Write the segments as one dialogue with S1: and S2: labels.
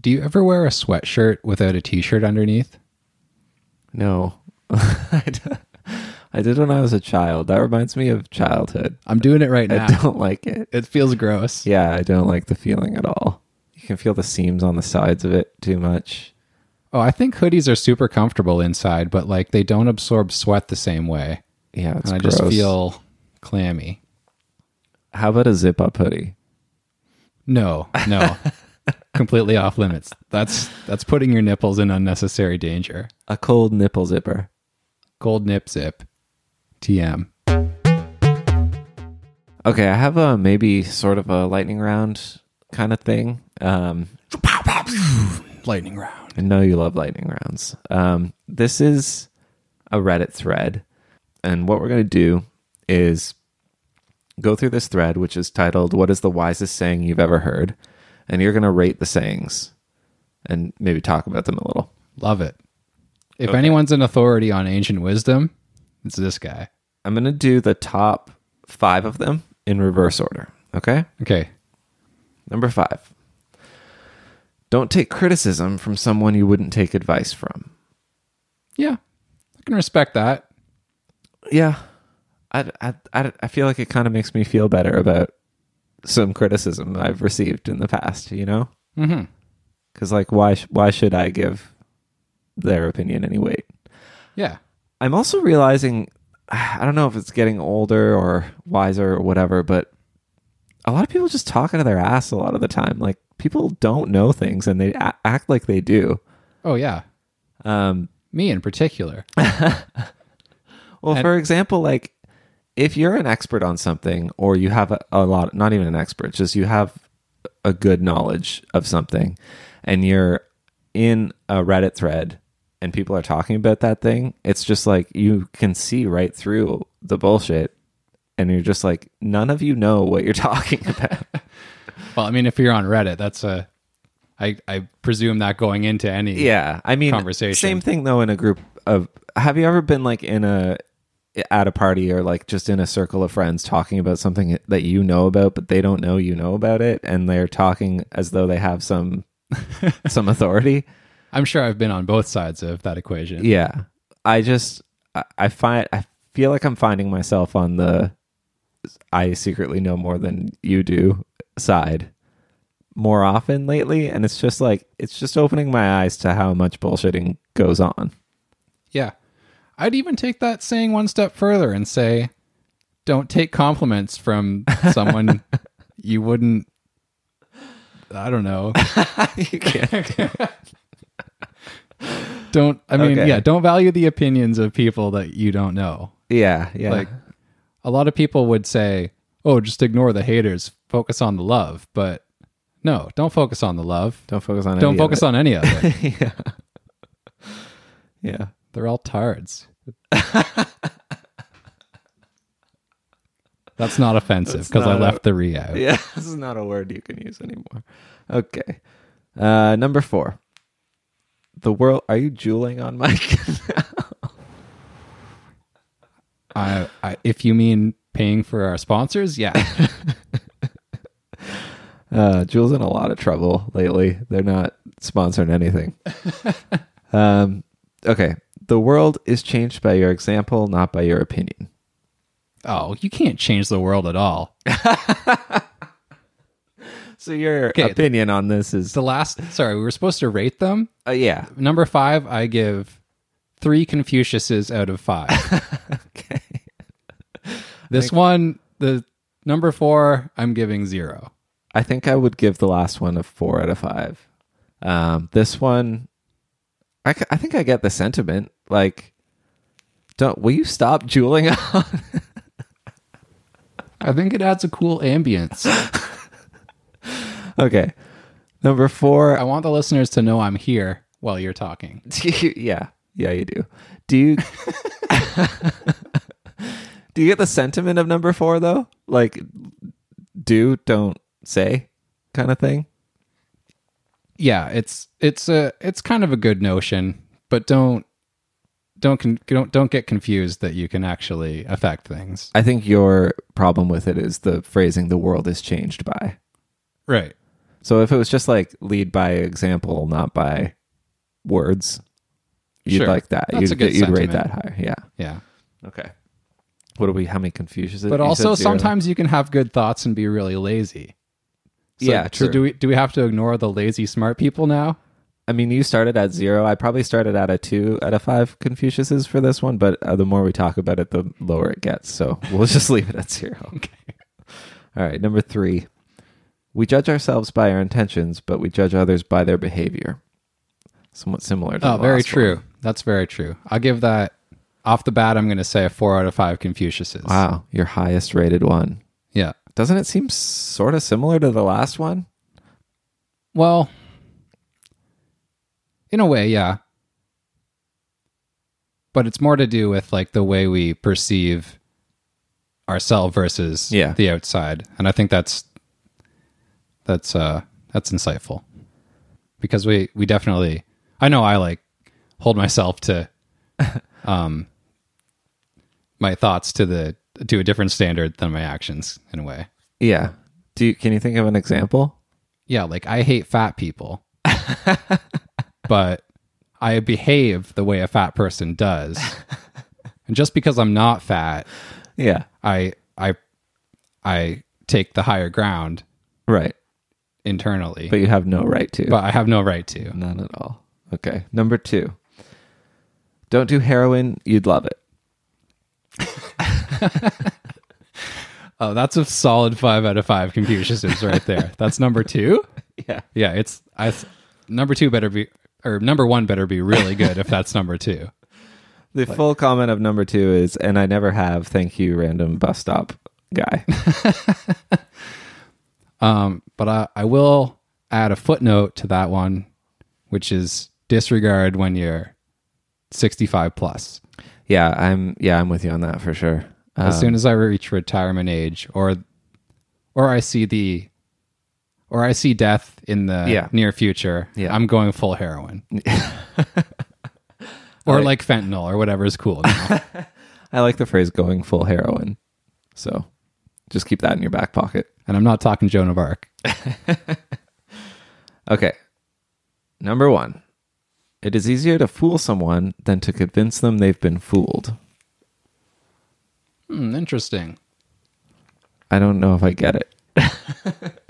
S1: do you ever wear a sweatshirt without a t-shirt underneath?
S2: No. I d- I did when I was a child. That reminds me of childhood.
S1: I'm doing it right
S2: I
S1: now.
S2: don't like it.
S1: It feels gross.
S2: Yeah, I don't like the feeling at all. You can feel the seams on the sides of it too much.
S1: Oh, I think hoodies are super comfortable inside, but like they don't absorb sweat the same way.
S2: Yeah, it's
S1: and I
S2: gross.
S1: just feel clammy.
S2: How about a zip up hoodie?
S1: No, no. Completely off limits. That's that's putting your nipples in unnecessary danger.
S2: A cold nipple zipper.
S1: Gold nip zip. TM.
S2: Okay, I have a maybe sort of a lightning round kind of thing. Um,
S1: Lightning round.
S2: I know you love lightning rounds. Um, this is a Reddit thread. And what we're going to do is go through this thread, which is titled, What is the wisest saying you've ever heard? And you're going to rate the sayings and maybe talk about them a little.
S1: Love it. If anyone's an authority on ancient wisdom, it's this guy.
S2: I'm going to do the top five of them in reverse order. Okay.
S1: Okay.
S2: Number five Don't take criticism from someone you wouldn't take advice from.
S1: Yeah. I can respect that.
S2: yeah I, I, I, I feel like it kind of makes me feel better about some criticism i've received in the past you know
S1: Mm-hmm.
S2: because like why sh- why should i give their opinion any weight
S1: Yeah.
S2: i'm also realizing i don't know if it's getting older or wiser or whatever but a lot of people just talk out of their ass a lot of the time like people don't know things and they a- act like they do
S1: Oh yeah.
S2: um,
S1: Me in particular.
S2: Well,
S1: And-
S2: for example, like if you're an expert on something or you have a, a lot, not even an expert, just you have a good knowledge of something and you're in a Reddit thread and people are talking about that thing, it's just like you can see right through the bullshit and you're just like, none of you know what you're talking about.
S1: Well, I mean, if you're on Reddit, that's a. I I presume that going into any.
S2: yeah. I mean,
S1: Conversation.
S2: same thing though in a group of, have you ever been like in a, at a party or like just in a circle of friends talking about something that you know about but they don't know you know about it and they're talking as though they have some some authority
S1: I'm sure I've been on both sides of that equation.
S2: yeah i just I, I find i feel like i'm finding myself on the i secretly know more than you do side more often lately and it's just like it's just opening my eyes to how much bullshitting goes on
S1: Yeah. I'd even take that saying one step further and say, don't take compliments from someone you wouldn't. I don't know.
S2: you can't
S1: Don't. I mean,
S2: Okay.
S1: yeah. Don't value the opinions of people that you don't know.
S2: yeah yeah
S1: Like, a lot of people would say, "Oh, just ignore the haters, focus on the love." But no, don't focus on the love.
S2: don't focus on
S1: Don't
S2: any of it.
S1: focus on any of it.
S2: yeah. Yeah.
S1: They're all tards. That's not offensive because I
S2: not
S1: left the re out.
S2: Yeah. This is not a word you can use anymore. Okay. Uh number four. The world are you jeweling on Mike?
S1: I, I, if you mean paying for our sponsors, yeah,
S2: uh Jules in a lot of trouble lately. They're not sponsoring anything. um okay. The world is changed by your example, not by your opinion.
S1: oh, you can't change the world at all.
S2: So your
S1: Okay.
S2: opinion on this is
S1: The last, sorry, we were supposed to rate them.
S2: uh, yeah.
S1: Number five, I give three Confuciuses out of five.
S2: Okay.
S1: This one, the number four, I'm giving zero.
S2: I think I would give the last one a four out of five. Um, this one, I, c- I think I get the sentiment. Like, don't will you stop jeweling on?
S1: I think it adds a cool ambience.
S2: okay, number four.
S1: I want the listeners to know I'm here while you're talking.
S2: do you- yeah, yeah, you do. Do you? do you get the sentiment of number four though? Like, do don't say kind of thing.
S1: yeah, it's it's a it's kind of a good notion, but don't don't con- don't don't get confused that you can actually affect things.
S2: I think your problem with it is the phrasing. The world is changed by.
S1: Right.
S2: So if it was just like lead by example, not by words, you'd
S1: Sure.
S2: like that.
S1: That's
S2: you'd
S1: a good
S2: you'd rate
S1: sentiment.
S2: that higher. Yeah.
S1: Yeah.
S2: Okay. What do we? How many confusions?
S1: But also sometimes you can have good thoughts and be really lazy. So,
S2: Yeah, true.
S1: So do we do we have to ignore the lazy smart people now?
S2: I mean, you started at zero. I probably started at a two out of five Confuciuses for this one, but uh, the more we talk about it, the lower it gets. So we'll just leave it at zero. Okay. All right. Number three. We judge ourselves by our intentions, but we judge others by their behavior. Somewhat similar to
S1: Oh,
S2: the
S1: very
S2: last
S1: true. That's very true. I'll give that off the bat. I'm going to say a four out of five Confuciuses.
S2: one. Wow. Your highest rated one.
S1: Yeah.
S2: Doesn't it seem sort of similar to the last one?
S1: Well, in a way, yeah. But it's more to do with like the way we perceive ourselves versus
S2: Yeah.
S1: the outside, and I think that's that's uh that's insightful because we we definitely I know I like hold myself to um my thoughts to the to a different standard than my actions in a way.
S2: Yeah. Do you, can you think of an example?
S1: yeah, like I hate fat people, but I behave the way a fat person does. And just because I'm not fat,
S2: Yeah.
S1: I I I take the higher ground
S2: Right.
S1: internally,
S2: But you have no right to.
S1: but I have no right to.
S2: None at all. Okay. Number two. Don't do heroin. You'd love it.
S1: Oh, that's a solid five out of five Confuciuses right there. That's number two.
S2: Yeah.
S1: Yeah, it's I number two better be or number one better be really good if that's number two.
S2: The full comment of number two is, and I never have. Thank you, random bus stop guy.
S1: Um, but I, I will add a footnote to that one, which is disregard when you're 65 plus.
S2: yeah, I'm. Yeah, I'm with you on that for sure. Uh,
S1: As soon as I reach retirement age, or or I see the or I see death in the
S2: Yeah.
S1: near future,
S2: Yeah.
S1: I'm going full heroin. or like fentanyl or whatever is cool. Now.
S2: I like the phrase "going full heroin," so just keep that in your back pocket.
S1: and I'm not talking Joan of Arc.
S2: Okay. Number one. It is easier to fool someone than to convince them they've been fooled.
S1: Hmm, interesting.
S2: I don't know if I get it.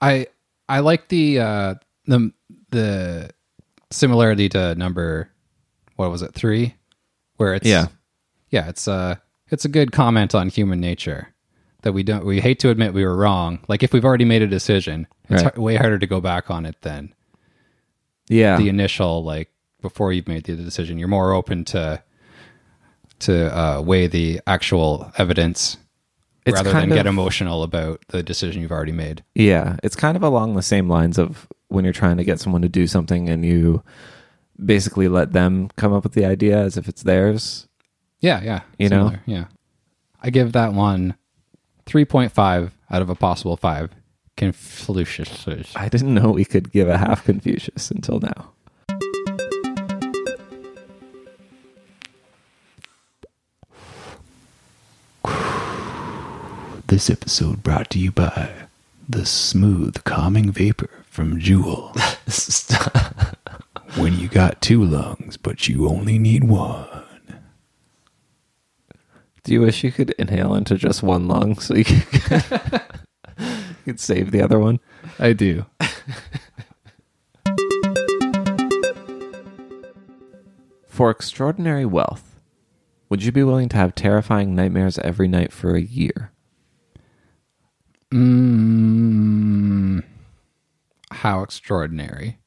S1: I I like the uh the the similarity to number what was it three, where it's
S2: Yeah.
S1: yeah it's uh it's a good comment on human nature that we don't we hate to admit we were wrong. Like if we've already made a decision, it's
S2: Right.
S1: har- way harder to go back on it than
S2: Yeah.
S1: the initial like before you've made the decision. You're more open to to uh, weigh the actual evidence
S2: It's
S1: rather than
S2: kind
S1: get
S2: of-
S1: emotional about the decision you've already made.
S2: Yeah, it's kind of along the same lines of when you're trying to get someone to do something and you basically let them come up with the idea as if it's theirs.
S1: Yeah, yeah.
S2: You know?
S1: Yeah. I give that one 3.5 out of a possible 5. Confucius.
S2: I didn't know we could give a half Confucius until now.
S3: This episode brought to you by the smooth, calming vapor from Jewel. when you got two lungs, but you only need one.
S2: Do you wish you could inhale into just one lung so you could, you could save the other one?
S1: I do.
S2: For extraordinary wealth, would you be willing to have terrifying nightmares every night for a year?
S1: Mm, how extraordinary.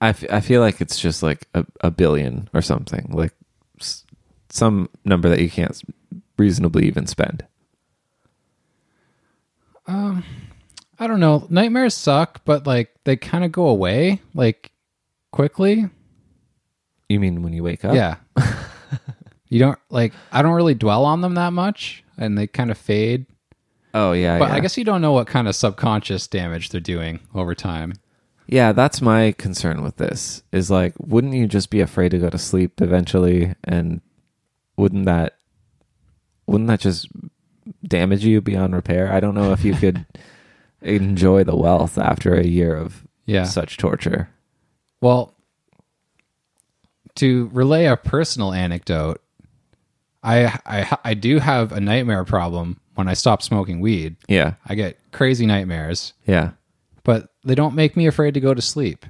S2: I, f- I feel like it's just like a, a billion or something like s- some number that you can't s- reasonably even spend
S1: I don't know. Nightmares suck, but like they kind of go away like quickly.
S2: you mean when you wake up
S1: Yeah. you don't like I don't really dwell on them that much and they kind of fade.
S2: oh yeah
S1: But
S2: yeah.
S1: I guess you don't know what kind of subconscious damage they're doing over time.
S2: yeah that's my concern with this is like wouldn't you just be afraid to go to sleep eventually and wouldn't that wouldn't that just damage you beyond repair. I don't know if you could enjoy the wealth after a year of
S1: Yeah.
S2: such torture.
S1: Well, to relay a personal anecdote, I, I I do have a nightmare problem when I stop smoking weed.
S2: Yeah.
S1: I get crazy nightmares,
S2: Yeah.
S1: but they don't make me afraid to go to sleep.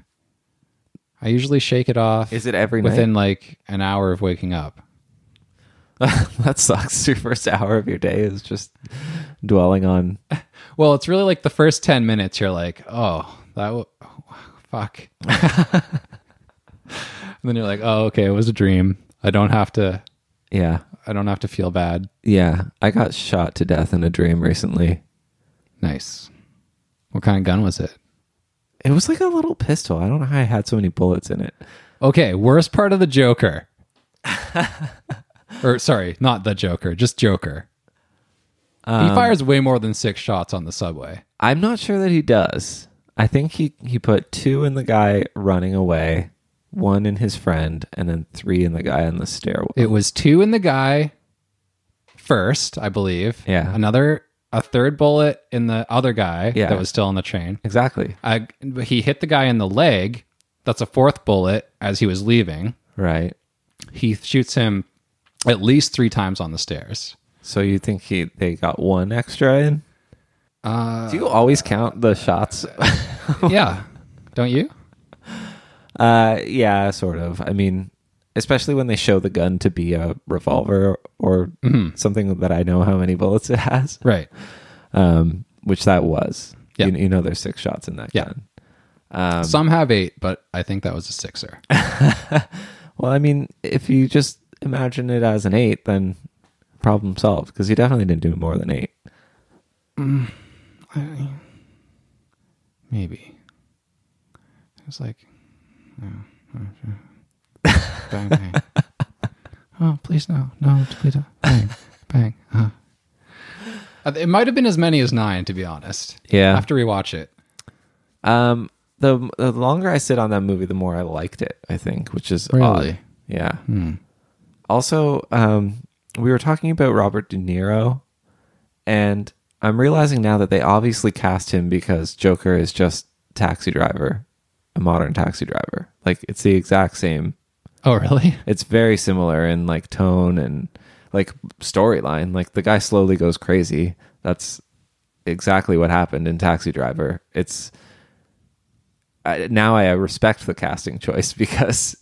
S1: I usually shake it off.
S2: Is it every
S1: within like an hour of waking up?
S2: night? that sucks. Your first hour of your day is just dwelling on
S1: Well, it's really like the first ten minutes. You're like, oh, that w- oh, fuck, and then you're like, oh, okay, it was a dream. I don't have to.
S2: yeah.
S1: I don't have to feel bad.
S2: Yeah. I got shot to death in a dream recently.
S1: Nice. What kind of gun was it?
S2: It was like a little pistol. I don't know how I had so many bullets in it.
S1: Okay, worst part of the Joker. or sorry, not the Joker, just Joker.
S2: Um,
S1: he fires way more than six shots on the subway.
S2: I'm not sure that he does. I think he, he put two in the guy running away, one in his friend, and then three in the guy on the stairwell.
S1: It was two in the guy first, I believe.
S2: Yeah.
S1: Another a third bullet in the other guy
S2: Yeah.
S1: that was still on the train.
S2: exactly.
S1: I, he hit the guy in the leg. That's a fourth bullet as he was leaving.
S2: Right.
S1: He shoots him at least three times on the stairs.
S2: So you think he they got one extra in? Uh, Do you always count the shots?
S1: yeah. Don't you?
S2: uh, yeah, sort of. I mean, especially when they show the gun to be a revolver or
S1: Mm-hmm.
S2: something that I know how many bullets it has,
S1: Right.
S2: um, which that was.
S1: Yeah.
S2: You, you know, there's six shots in that
S1: Yeah.
S2: gun.
S1: Some have eight, but I think that was a sixer.
S2: Well, I mean, if you just imagine it as an eight, then problem solved because he definitely didn't do more than eight.
S1: Maybe. It was like, bang, oh, please no, no, please no, bang, bang. Uh. It might have been as many as nine, to be honest.
S2: Yeah.
S1: I have to rewatch it.
S2: Um, the the longer I sit on that movie, the more I liked it. I think, which is
S1: Really?
S2: odd. Yeah. Also, um, we were talking about Robert De Niro, and I'm realizing now that they obviously cast him because Joker is just Taxi Driver, a modern Taxi Driver. Like it's the exact same.
S1: Oh, really?
S2: It's very similar in like tone and like storyline. Like the guy slowly goes crazy. That's exactly what happened in Taxi Driver. It's I, now I respect the casting choice because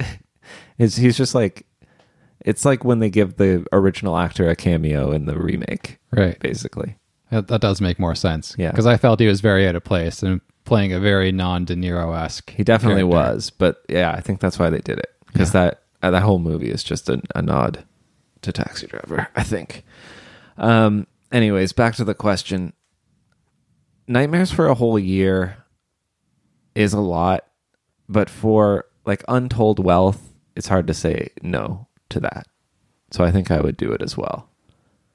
S2: it's, he's just like it's like when they give the original actor a cameo in the remake,
S1: Right.
S2: basically.
S1: That, that does make more sense.
S2: Yeah.
S1: Because I felt he was very out of place and playing a very non De Niro esque.
S2: He definitely was, but yeah, I think that's why they did it because that uh, that whole movie is just a, a nod to Taxi Driver, I think. Um, anyways, back to the question. Nightmares for a whole year is a lot, but for like untold wealth, it's hard to say no to that. So I think I would do it as well.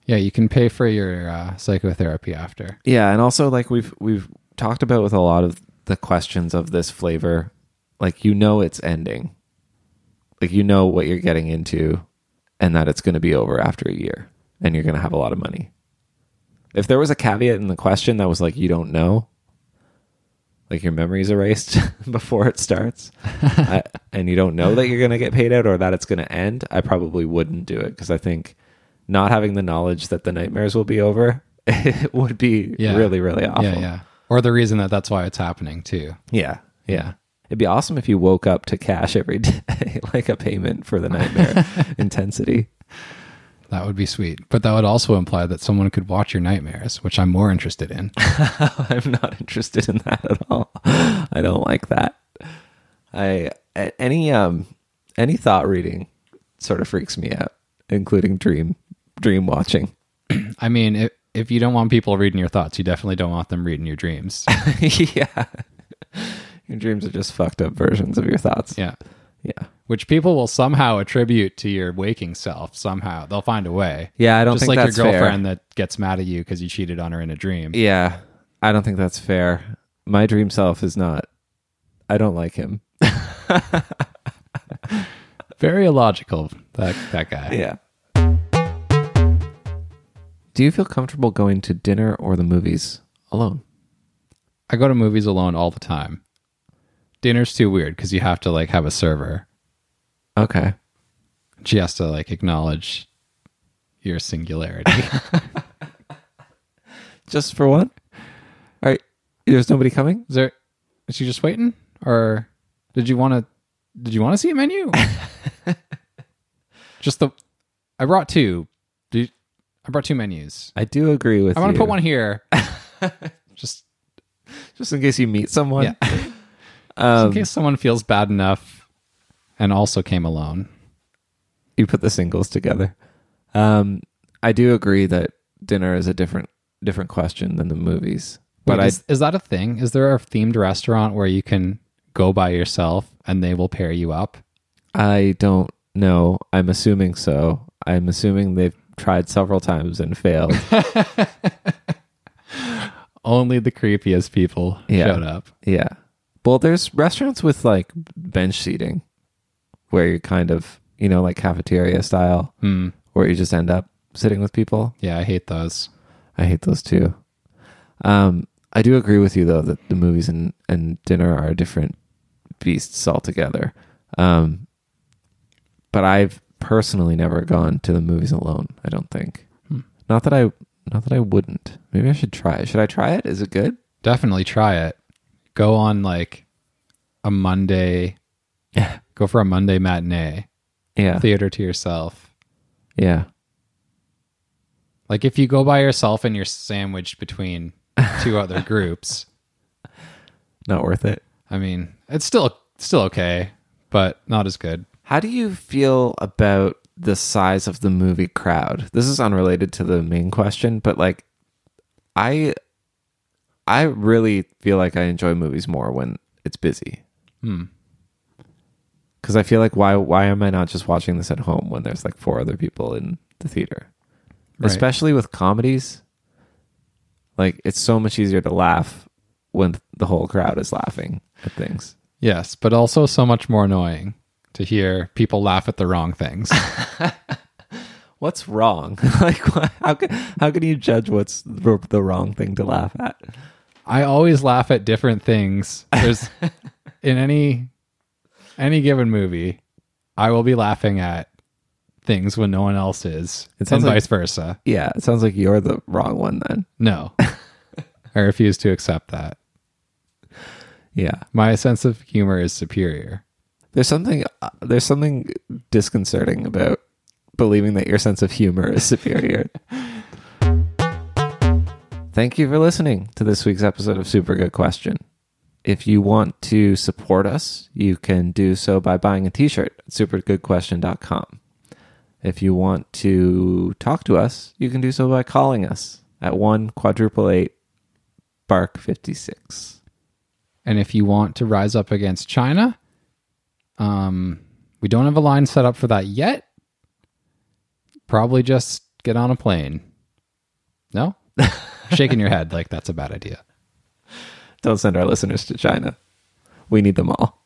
S1: Yeah, you can pay for your uh, psychotherapy after.
S2: Yeah, and also like we've we've talked about with a lot of the questions of this flavor, like you know it's ending. Like you know what you're getting into and that it's going to be over after a year and you're going to have a lot of money. If there was a caveat in the question that was like you don't know, like your memory's erased before it starts, I, and you don't know that you're going to get paid out or that it's going to end, I probably wouldn't do it because I think not having the knowledge that the nightmares will be over it would be
S1: Yeah.
S2: really, really awful.
S1: Yeah, yeah. Or the reason that that's why it's happening, too.
S2: Yeah. Yeah. It'd be awesome if you woke up to cash every day, like a payment for the nightmare intensity.
S1: That would be sweet. But that would also imply that someone could watch your nightmares, which I'm more interested in.
S2: I'm not interested in that at all. I don't like that. I a- any um any thought reading sort of freaks me out, including dream dream watching.
S1: I mean, if, if you don't want people reading your thoughts, you definitely don't want them reading your dreams.
S2: yeah. Your dreams are just fucked up versions of your thoughts.
S1: yeah.
S2: Yeah.
S1: Which people will somehow attribute to your waking self somehow. They'll find a way.
S2: Yeah, I don't
S1: Just
S2: think
S1: like
S2: that's
S1: your
S2: fair.
S1: girlfriend that gets mad at you because you cheated on her in a dream.
S2: Yeah, I don't think that's fair. My dream self is not. I don't like him.
S1: Very illogical, that, that guy.
S2: Yeah. Do you feel comfortable going to dinner or the movies alone?
S1: I go to movies alone all the time. Dinner's too weird because you have to like have a server.
S2: Okay.
S1: She has to like acknowledge your singularity.
S2: Just for one? All right. There's nobody coming?
S1: Is there? Is she just waiting, or did you want to? Did you want to see a menu? just the. I brought two. Do you- I brought two menus.
S2: I do agree with
S1: I
S2: want
S1: want to put one here. just
S2: just in case you meet someone.
S1: Yeah. in case someone feels bad enough, and also came alone.
S2: you put the singles together. Um, I do agree that dinner is a different different question than the movies. But
S1: Wait,
S2: I
S1: is, is that a thing? Is there a themed restaurant where you can go by yourself and they will pair you up?
S2: I don't know. I'm assuming so. I'm assuming they've tried several times and failed.
S1: Only the creepiest people
S2: Yeah.
S1: showed up.
S2: yeah. Well, there's restaurants with like bench seating where you're kind of, you know, like cafeteria style
S1: Hmm.
S2: where you just end up sitting with people.
S1: Yeah, I hate those.
S2: I hate those too. Um, I do agree with you though that the movies and, and dinner are different beasts altogether. Um, but I've personally never gone to the movies alone. I don't think.
S1: Hmm.
S2: Not that I, not that I wouldn't. Maybe I should try it. Should I try it? Is it good?
S1: Definitely try it. Go on like a Monday. go for a Monday matinee.
S2: Yeah,
S1: Theater to yourself.
S2: yeah,
S1: Like if you go by yourself and you're sandwiched between two other groups,
S2: not worth it.
S1: I mean, it's still still okay, but not as good.
S2: How do you feel about the size of the movie crowd? This is unrelated to the main question, but like I I really feel like I enjoy movies more when it's busy.
S1: Hmm.
S2: Cuz I feel like why why am I not just watching this at home when there's like four other people in the theater?
S1: Right.
S2: Especially with comedies. Like it's so much easier to laugh when the whole crowd is laughing at things.
S1: Yes, but also so much more annoying to hear people laugh at the wrong things.
S2: what's wrong? like, wh- how can, how can you judge what's the the wrong thing to laugh at?
S1: I always laugh at different things. There's in any any given movie, I will be laughing at things when no one else is,
S2: It
S1: and
S2: sounds like-
S1: vice versa.
S2: Yeah, it sounds like you're the wrong one then.
S1: No, I refuse to accept that.
S2: Yeah,
S1: My sense of humor is superior.
S2: there's something uh, there's something disconcerting about believing that your sense of humor is superior. Thank you for listening to this week's episode of Super Good Question. If you want to support us, you can do so by buying a t-shirt at supergoodquestion.com. If you want to talk to us, you can do so by calling us at 1 quadruple 8 bark 56.
S1: And if you want to rise up against China, um, we don't have a line set up for that yet. Probably just get on a plane. No? Shaking your head like that's a bad idea.
S2: Don't send our listeners to China. We need them all.